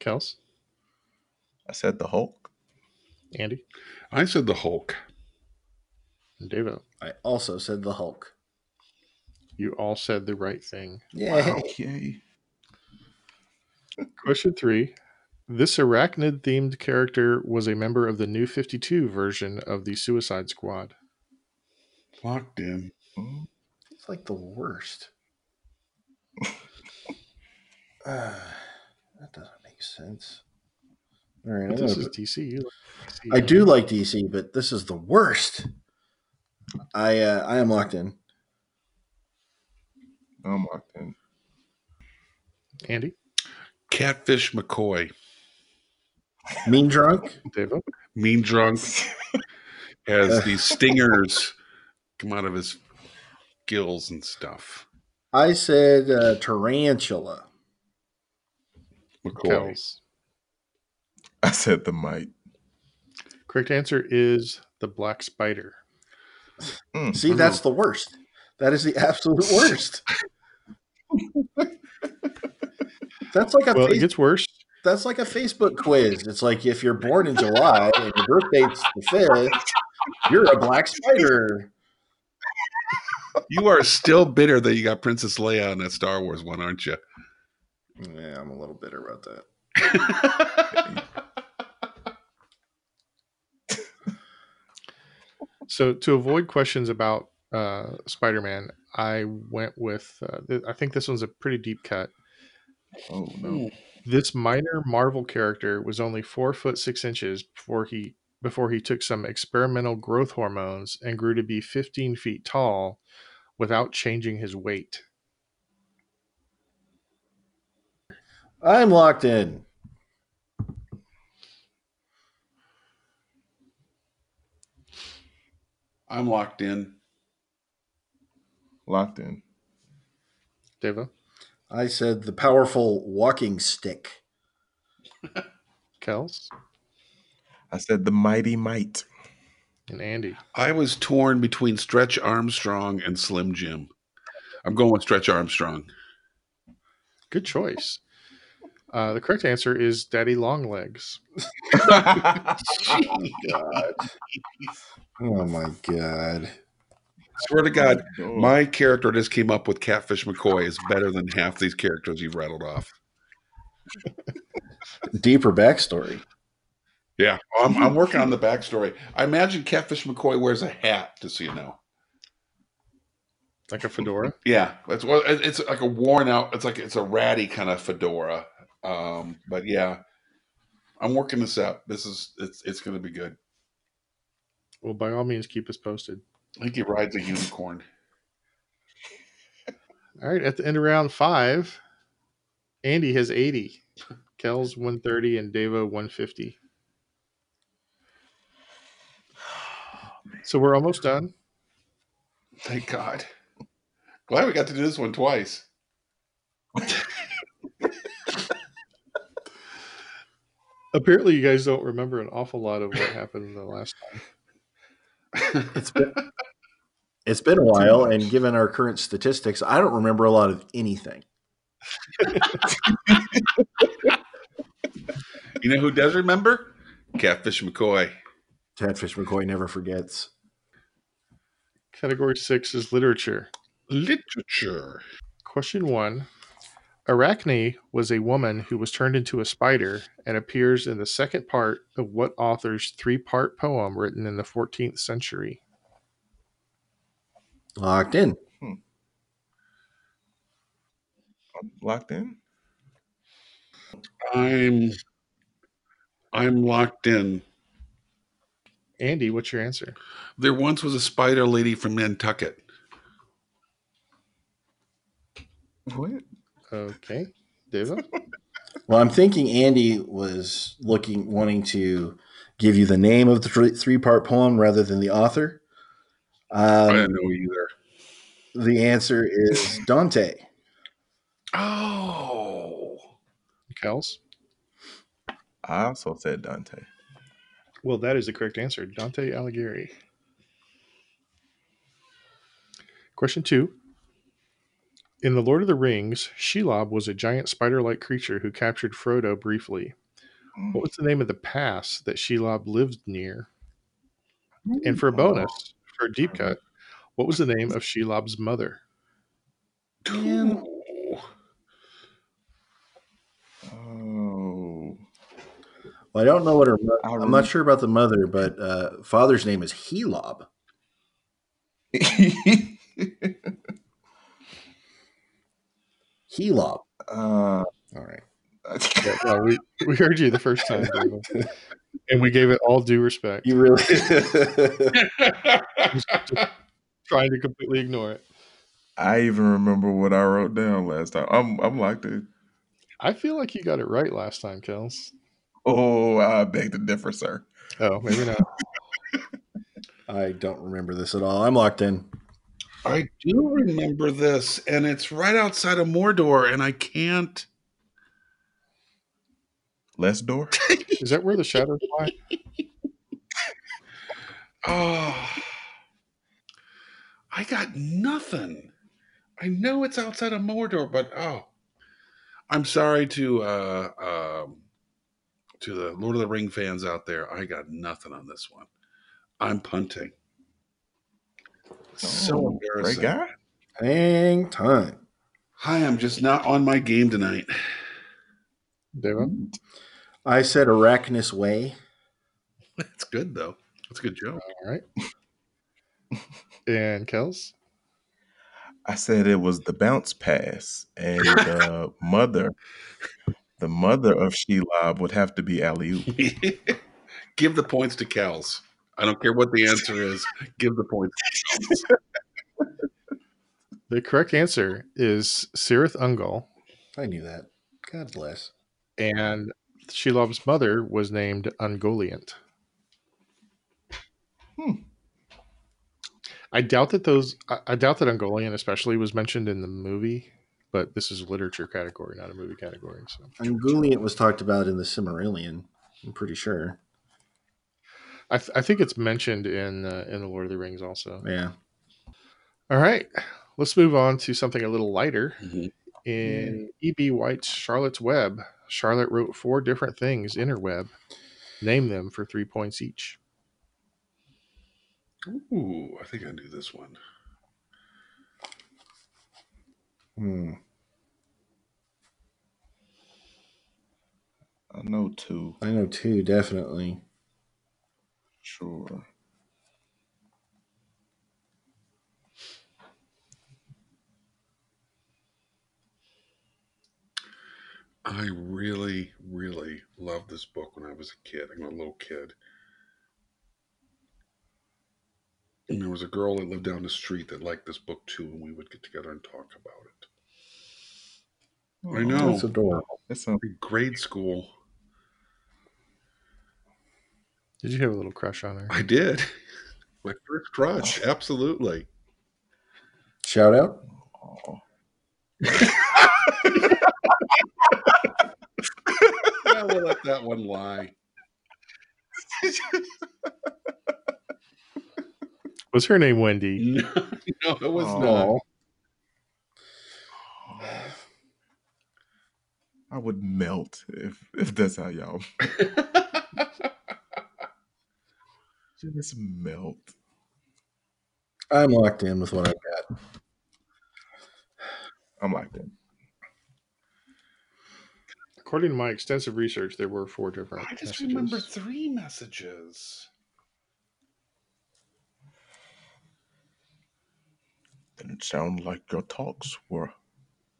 Speaker 4: Kels?
Speaker 2: I said the Hulk.
Speaker 4: Andy?
Speaker 3: I said the Hulk.
Speaker 4: David?
Speaker 1: I also said the Hulk.
Speaker 4: You all said the right thing.
Speaker 1: Yeah. Wow.
Speaker 2: Yay.
Speaker 4: Question three. This arachnid themed character was a member of the new 52 version of the Suicide Squad.
Speaker 3: Locked in.
Speaker 2: Mm,
Speaker 1: It's like the worst. uh, that doesn't make sense.
Speaker 4: All right, this is DC.
Speaker 1: Like DC. I do like DC, but this is the worst. I uh, I am locked in.
Speaker 2: I'm locked in.
Speaker 4: Andy,
Speaker 3: Catfish McCoy,
Speaker 1: Mean Drunk,
Speaker 4: Dave,
Speaker 3: Mean Drunk, has these stingers come out of his gills and stuff.
Speaker 1: I said uh, tarantula.
Speaker 3: McCoy. Kels.
Speaker 2: I said the mite.
Speaker 4: Correct answer is the black spider.
Speaker 1: Mm, See, that's know. the worst. That is the absolute worst. that's like a
Speaker 4: well, face- it gets worse.
Speaker 1: That's like a Facebook quiz. It's like if you're born in July and your birthday's the fifth, you're a black spider.
Speaker 3: You are still bitter that you got Princess Leia on that Star Wars one, aren't you?
Speaker 1: Yeah, I'm a little bitter about that.
Speaker 4: So to avoid questions about uh, Spider-Man, I went with. Uh, th- I think this one's a pretty deep cut.
Speaker 2: Oh no.
Speaker 4: This minor Marvel character was only four foot six inches before he before he took some experimental growth hormones and grew to be 15 feet tall without changing his weight.
Speaker 1: I'm locked in.
Speaker 3: I'm locked in.
Speaker 2: Locked in.
Speaker 4: Devo?
Speaker 1: I said the powerful walking stick.
Speaker 4: Kels?
Speaker 2: I said the mighty might.
Speaker 4: And Andy.
Speaker 3: I was torn between Stretch Armstrong and Slim Jim. I'm going with Stretch Armstrong.
Speaker 4: Good choice. Uh, the correct answer is Daddy Longlegs.
Speaker 1: God. Oh my god.
Speaker 3: Swear to God,
Speaker 2: Oh,
Speaker 3: my character just came up with Catfish McCoy is better than half these characters you've rattled off.
Speaker 1: Deeper backstory.
Speaker 3: Yeah, I'm, I'm working on the backstory. I imagine Catfish McCoy wears a hat, just so you know.
Speaker 4: Like a fedora.
Speaker 3: Yeah, it's well, it- it's like a worn out. It's like it's a ratty kind of fedora. Um, but yeah, I'm working this out. This is it's it's going to be good.
Speaker 4: Well, by all means, keep us posted.
Speaker 3: I think he rides a unicorn.
Speaker 4: All right. At the end of round five, Andy has 80, Kels 130, and Devo 150. So we're almost done.
Speaker 3: Thank God. Glad we got to do this one twice.
Speaker 4: Apparently, you guys don't remember an awful lot of what happened the last time.
Speaker 1: It's been it's been a while, and given our current statistics, I don't remember a lot of anything.
Speaker 3: You know who does remember? Catfish McCoy.
Speaker 1: Tadfish McCoy never forgets.
Speaker 4: Category six is literature.
Speaker 3: Literature.
Speaker 4: Question one Arachne was a woman who was turned into a spider and appears in the second part of what author's three part poem written in the 14th century?
Speaker 1: Locked in.
Speaker 2: oh, Locked in.
Speaker 3: I'm I'm locked in.
Speaker 4: Andy, what's your answer?
Speaker 3: There once was a spider lady from Nantucket.
Speaker 2: What?
Speaker 4: Okay. Devo?
Speaker 1: Well, I'm thinking Andy was looking, wanting to give you the name of the three part poem rather than the author.
Speaker 3: I
Speaker 1: Um,
Speaker 3: didn't know either.
Speaker 1: the answer is Dante.
Speaker 3: Oh.
Speaker 4: Kels?
Speaker 2: I also said Dante.
Speaker 4: Well, that is the correct answer. Dante Alighieri. Question two. In The Lord of the Rings, Shelob was a giant spider like creature who captured Frodo briefly. What was the name of the pass that Shelob lived near? And for a bonus, for a deep cut, what was the name of Shelob's mother?
Speaker 1: Man.
Speaker 2: Oh.
Speaker 1: Well, I don't know what her. mo-
Speaker 2: I
Speaker 1: I'm
Speaker 2: remember-
Speaker 1: not sure about the mother, but uh, father's name is Helob. Helob.
Speaker 2: uh,
Speaker 1: All right.
Speaker 4: Yeah, no, we, we heard you the first time, David. and we gave it all due respect,
Speaker 1: You really.
Speaker 4: trying to completely ignore it.
Speaker 2: I even remember what I wrote down last time. I'm I'm locked in.
Speaker 4: I feel like you got it right last time, Kels.
Speaker 2: Oh, I beg to differ, sir.
Speaker 4: Oh, maybe not.
Speaker 1: I don't remember this at all. I'm locked in.
Speaker 3: I do remember this, and it's right outside of Mordor, and I can't.
Speaker 2: Less door.
Speaker 4: Is that where the shadows lie?
Speaker 3: Oh, I got nothing. I know it's outside of Mordor, but oh, I'm sorry to uh, um, to the Lord of the Ring fans out there. I got nothing on this one. I'm punting. so
Speaker 2: Oh, Great
Speaker 3: embarrassing.
Speaker 2: guy.
Speaker 1: Hang time.
Speaker 3: Hi, I'm just not on my game tonight.
Speaker 4: David?
Speaker 1: I said Arachnus Way.
Speaker 3: It's good though. It's a good joke.
Speaker 4: All right. And Kels?
Speaker 2: I said it was the bounce pass, and the mother, the mother of Shelob would have to be Aliu.
Speaker 3: Give the points to Kels. I don't care what the answer is. Give the points.
Speaker 4: The correct answer is Sirith Ungol,
Speaker 1: I knew that. God bless.
Speaker 4: and Shelob's mother was named Ungoliant.
Speaker 2: Hmm.
Speaker 4: I doubt that those. I, I doubt that Ungoliant, especially, was mentioned in the movie. But this is literature category, not a movie category. So
Speaker 1: Ungoliant was talked about in the Cimmerillion. I'm pretty sure.
Speaker 4: I, th- I think it's mentioned in uh, in the Lord of the Rings also.
Speaker 1: Yeah.
Speaker 4: All right, let's move on to something a little lighter.
Speaker 3: Mhm.
Speaker 4: in E.B. White's Charlotte's Web, Charlotte wrote four different things in her web. Name them for three points each.
Speaker 3: Ooh, I think I knew this one.
Speaker 1: Hmm.
Speaker 2: I know two,
Speaker 1: I know two, definitely.
Speaker 2: sure.
Speaker 3: I really, really loved this book when I was a kid. I'm a little kid. And there was a girl that lived down the street that liked this book too, and we would get together and talk about it. I know.
Speaker 1: That's adorable.
Speaker 2: That sounds
Speaker 3: In grade school,
Speaker 4: Did you have a little crush on her?
Speaker 3: I did. My first crush, absolutely.
Speaker 1: Shout out.
Speaker 2: aw.
Speaker 3: Yeah, we'll let that one lie.
Speaker 4: Was her name Wendy?
Speaker 3: No, no it was
Speaker 2: Aw.
Speaker 3: not.
Speaker 2: I would melt if if that's how y'all just melt.
Speaker 1: I'm locked in with what I've got.
Speaker 2: I'm like that.
Speaker 4: According to my extensive research, there were four different.
Speaker 3: I just
Speaker 4: messages.
Speaker 3: remember three messages.
Speaker 2: Didn't sound like your talks were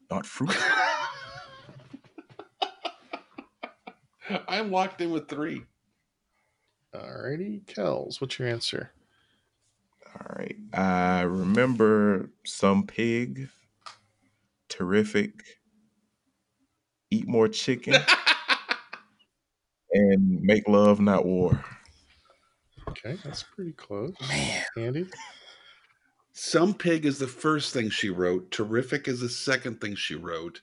Speaker 2: not fruitful.
Speaker 3: I'm locked in with three.
Speaker 4: Alrighty, Kells, what's your answer?
Speaker 2: All right. I remember some pig, terrific, eat more chicken, and make love, not war.
Speaker 4: Okay, that's pretty close.
Speaker 1: Man.
Speaker 4: Andy,
Speaker 3: Some Pig is the first thing she wrote. Terrific is the second thing she wrote.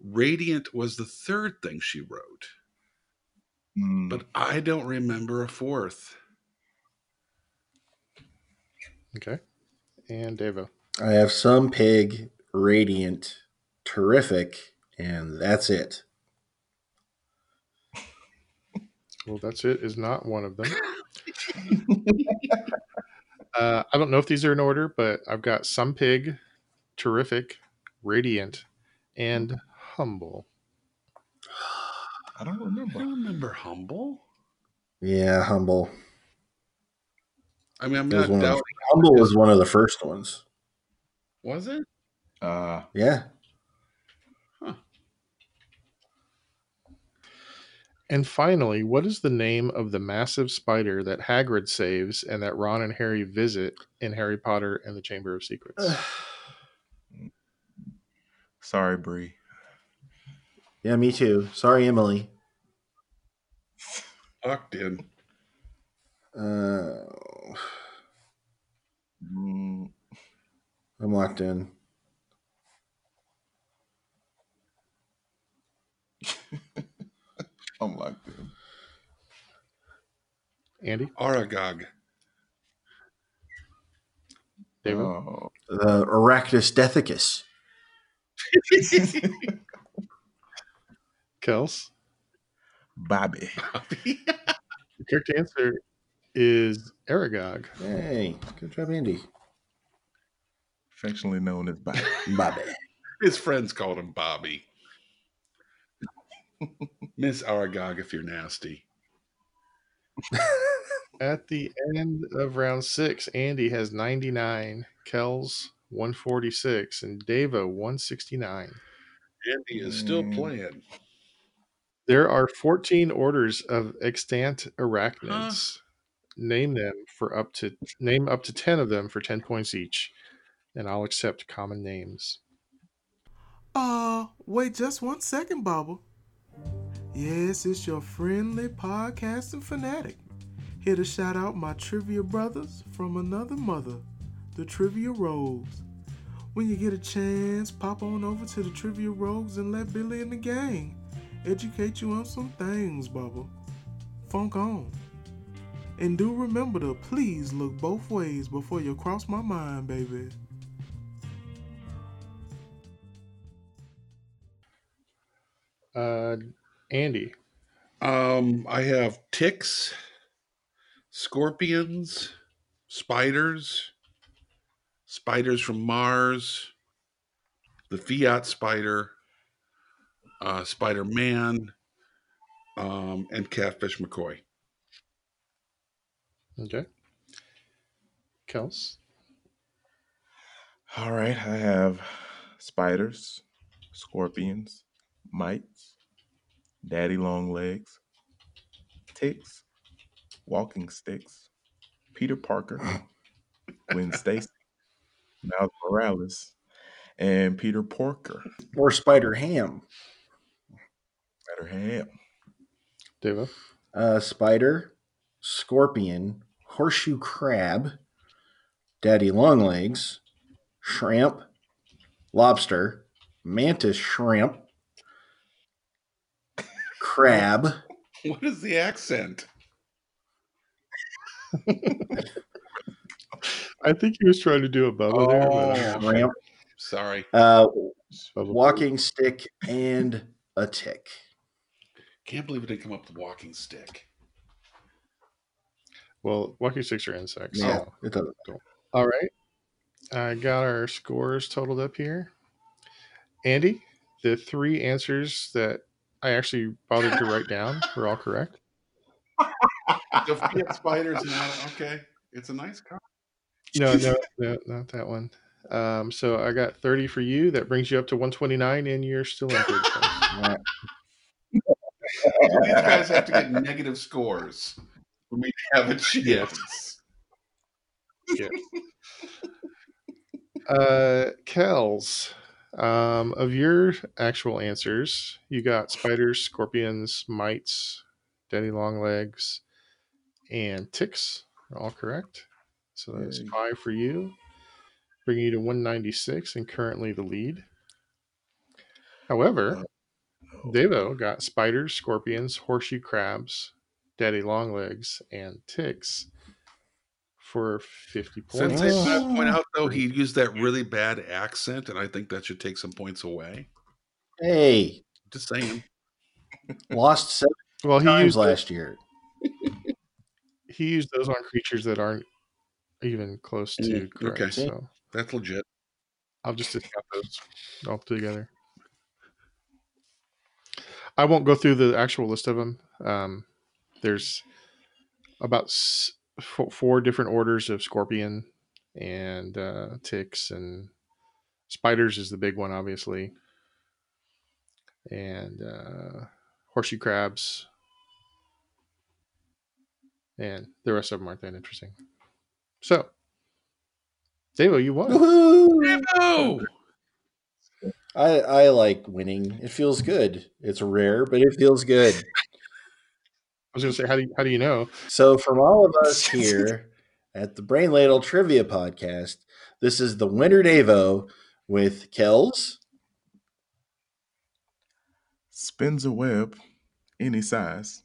Speaker 3: Radiant was the third thing she wrote.
Speaker 2: Mm,
Speaker 3: But I don't remember a fourth.
Speaker 4: okay, and Devo.
Speaker 1: I have some pig, radiant, terrific, and that's it.
Speaker 4: Well, that's it. Is not one of them. uh, I don't know if these are in order, but I've got some pig, terrific, radiant, and humble.
Speaker 2: I don't
Speaker 3: I
Speaker 2: remember.
Speaker 3: don't remember Humble.
Speaker 1: Yeah, humble.
Speaker 3: I mean, I'm
Speaker 1: It was
Speaker 3: not
Speaker 1: one of
Speaker 3: doubting.
Speaker 1: the- humble was one of the first ones.
Speaker 3: Was it?
Speaker 2: Uh,
Speaker 1: Yeah.
Speaker 4: And finally, what is the name of the massive spider that Hagrid saves and that Ron and Harry visit in Harry Potter and the Chamber of Secrets?
Speaker 2: sorry, Bree.
Speaker 1: Yeah, me too. Sorry, Emily.
Speaker 3: Locked in.
Speaker 1: Uh,
Speaker 2: Mm,
Speaker 1: I'm locked in.
Speaker 2: I'm like that.
Speaker 4: Andy,
Speaker 3: Aragog.
Speaker 4: David,
Speaker 2: Oh.
Speaker 1: The Arachnus Dethicus.
Speaker 4: Kels.
Speaker 2: Bobby.
Speaker 4: The correct answer is Aragog.
Speaker 1: Hey, good job, Andy.
Speaker 2: Affectionately known as Bobby.
Speaker 1: Bobby.
Speaker 3: His friends called him Bobby. Miss Aragog, if you're nasty.
Speaker 4: At the end of round six, Andy has 99, Kells 146, and Deva 169.
Speaker 3: Andy is still
Speaker 2: Mm.
Speaker 3: playing.
Speaker 4: There are 14 orders of extant arachnids. Name them for up to name up to 10 of them for 10 points each, and I'll accept common names.
Speaker 5: Uh, wait just one second, Bubba. Yes, it's your friendly podcasting fanatic. Here to shout out my trivia brothers from another mother, the Trivia Rogues. When you get a chance, pop on over to the Trivia Rogues and let Billy and the gang educate you on some things, Bubba. Funk on. And do remember to please look both ways before you cross my mind, baby.
Speaker 4: Uh, Andy,
Speaker 3: Um, I have ticks, scorpions, spiders, spiders from Mars, the Fiat spider, uh, Spider Man, um, and Catfish McCoy.
Speaker 4: okay. Kels,
Speaker 2: All right, I have spiders, scorpions, mites, daddy long legs, ticks, walking sticks, Peter Parker, Gwen Stacy, Miles Morales, and Peter Porker.
Speaker 1: Or Spider Ham.
Speaker 2: Better ham.
Speaker 4: Deva,
Speaker 1: Uh, spider, scorpion, horseshoe crab, daddy longlegs, shrimp, lobster, mantis shrimp, crab.
Speaker 3: What is the accent?
Speaker 4: I think he was trying to do a Bubba there, but
Speaker 3: Oh.
Speaker 4: uh,
Speaker 1: shrimp,
Speaker 3: Sorry,
Speaker 1: uh,
Speaker 4: Bubba-
Speaker 1: walking stick, and a tick.
Speaker 3: can't believe it didn't come up with walking stick.
Speaker 4: Well, walking sticks are insects.
Speaker 1: Yeah,
Speaker 4: so-
Speaker 1: it doesn't.
Speaker 4: All right. I got our scores totaled up here. Andy, the three answers that I actually bothered to write down were all correct.
Speaker 3: The Fiat spider's not okay. It's a nice car.
Speaker 4: No, no, no, not that one. Um, so I got 30 for you. That brings you up to 129, and you're still in third place.
Speaker 1: Right.
Speaker 3: So these guys have to get negative scores for me to have a chance.
Speaker 4: Uh, Kells, um, of your actual answers, you got spiders, scorpions, mites, daddy long legs, and ticks are all correct. So that's
Speaker 2: Yay.
Speaker 4: five for you, bringing you to 196 and currently the lead.
Speaker 3: Uh,
Speaker 4: However,
Speaker 3: oh.
Speaker 4: Devo got spiders, scorpions, horseshoe crabs, daddy long legs, and ticks for 50
Speaker 3: Since
Speaker 4: points.
Speaker 3: I should point out though, he used that really bad accent, and I think that should take some points away.
Speaker 1: Hey,
Speaker 3: Just saying.
Speaker 1: lost seven
Speaker 4: well, he
Speaker 1: times
Speaker 4: used,
Speaker 1: last year.
Speaker 4: he used those on creatures that aren't even close to
Speaker 3: Mm,
Speaker 4: correct.
Speaker 3: okay.
Speaker 4: So
Speaker 3: That's legit.
Speaker 4: I'll just discount those all together. I won't go through the actual list of them. Um, there's about s- fo- four different orders of scorpion and uh, ticks and spiders is the big one, obviously, and uh, horseshoe crabs. And the rest of them aren't that interesting. So, Devo, you won.
Speaker 1: Woohoo!
Speaker 3: Oh,
Speaker 1: I, I like winning. It feels good. It's rare, but it feels good.
Speaker 4: I was going to say, how do you, how do you know?
Speaker 1: So, from all of us here at the Brain Ladle Trivia Podcast, this is the Winter Davo with Kells.
Speaker 2: Spins a web any size,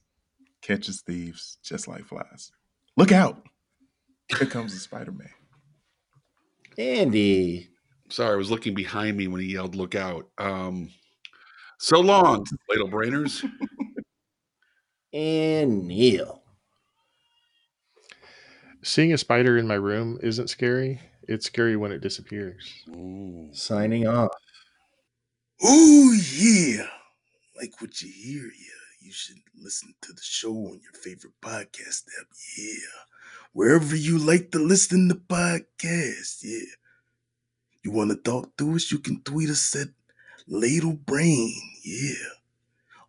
Speaker 2: catches thieves just like flies. Look out! Here comes the Spider Man.
Speaker 1: Andy.
Speaker 3: sorry, I was looking behind me when he yelled, "Look out!" Um, so long, little brainers.
Speaker 1: And Neil.
Speaker 4: Seeing a spider in my room isn't scary. It's scary when it disappears.
Speaker 3: Ooh.
Speaker 1: Signing off.
Speaker 2: Ooh yeah, like what you hear, yeah, you should listen to the show on your favorite podcast app. Yeah. Wherever you like to listen to podcasts. Yeah. You want to talk to us? You can tweet us at Ladle Brain. Yeah.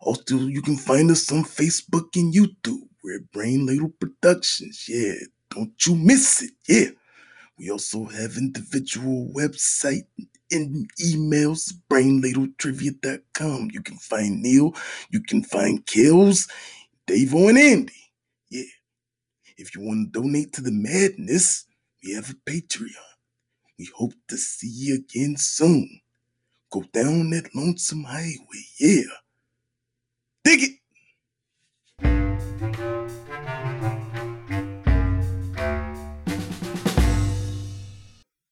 Speaker 2: Also, you can find us on Facebook and YouTube. We're Brain Ladle Productions. Yeah. Don't you miss it. Yeah. We also have individual website and emails, brainladletrivia.com. You can find Neil, you can find Kills, Dave and Andy. Yeah. If you want to donate to the madness, we have a Patreon. We hope to see you again soon. Go down that lonesome highway, yeah. Dig it!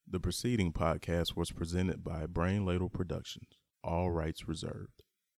Speaker 6: The preceding podcast was presented by Brain Ladle Productions, all rights reserved.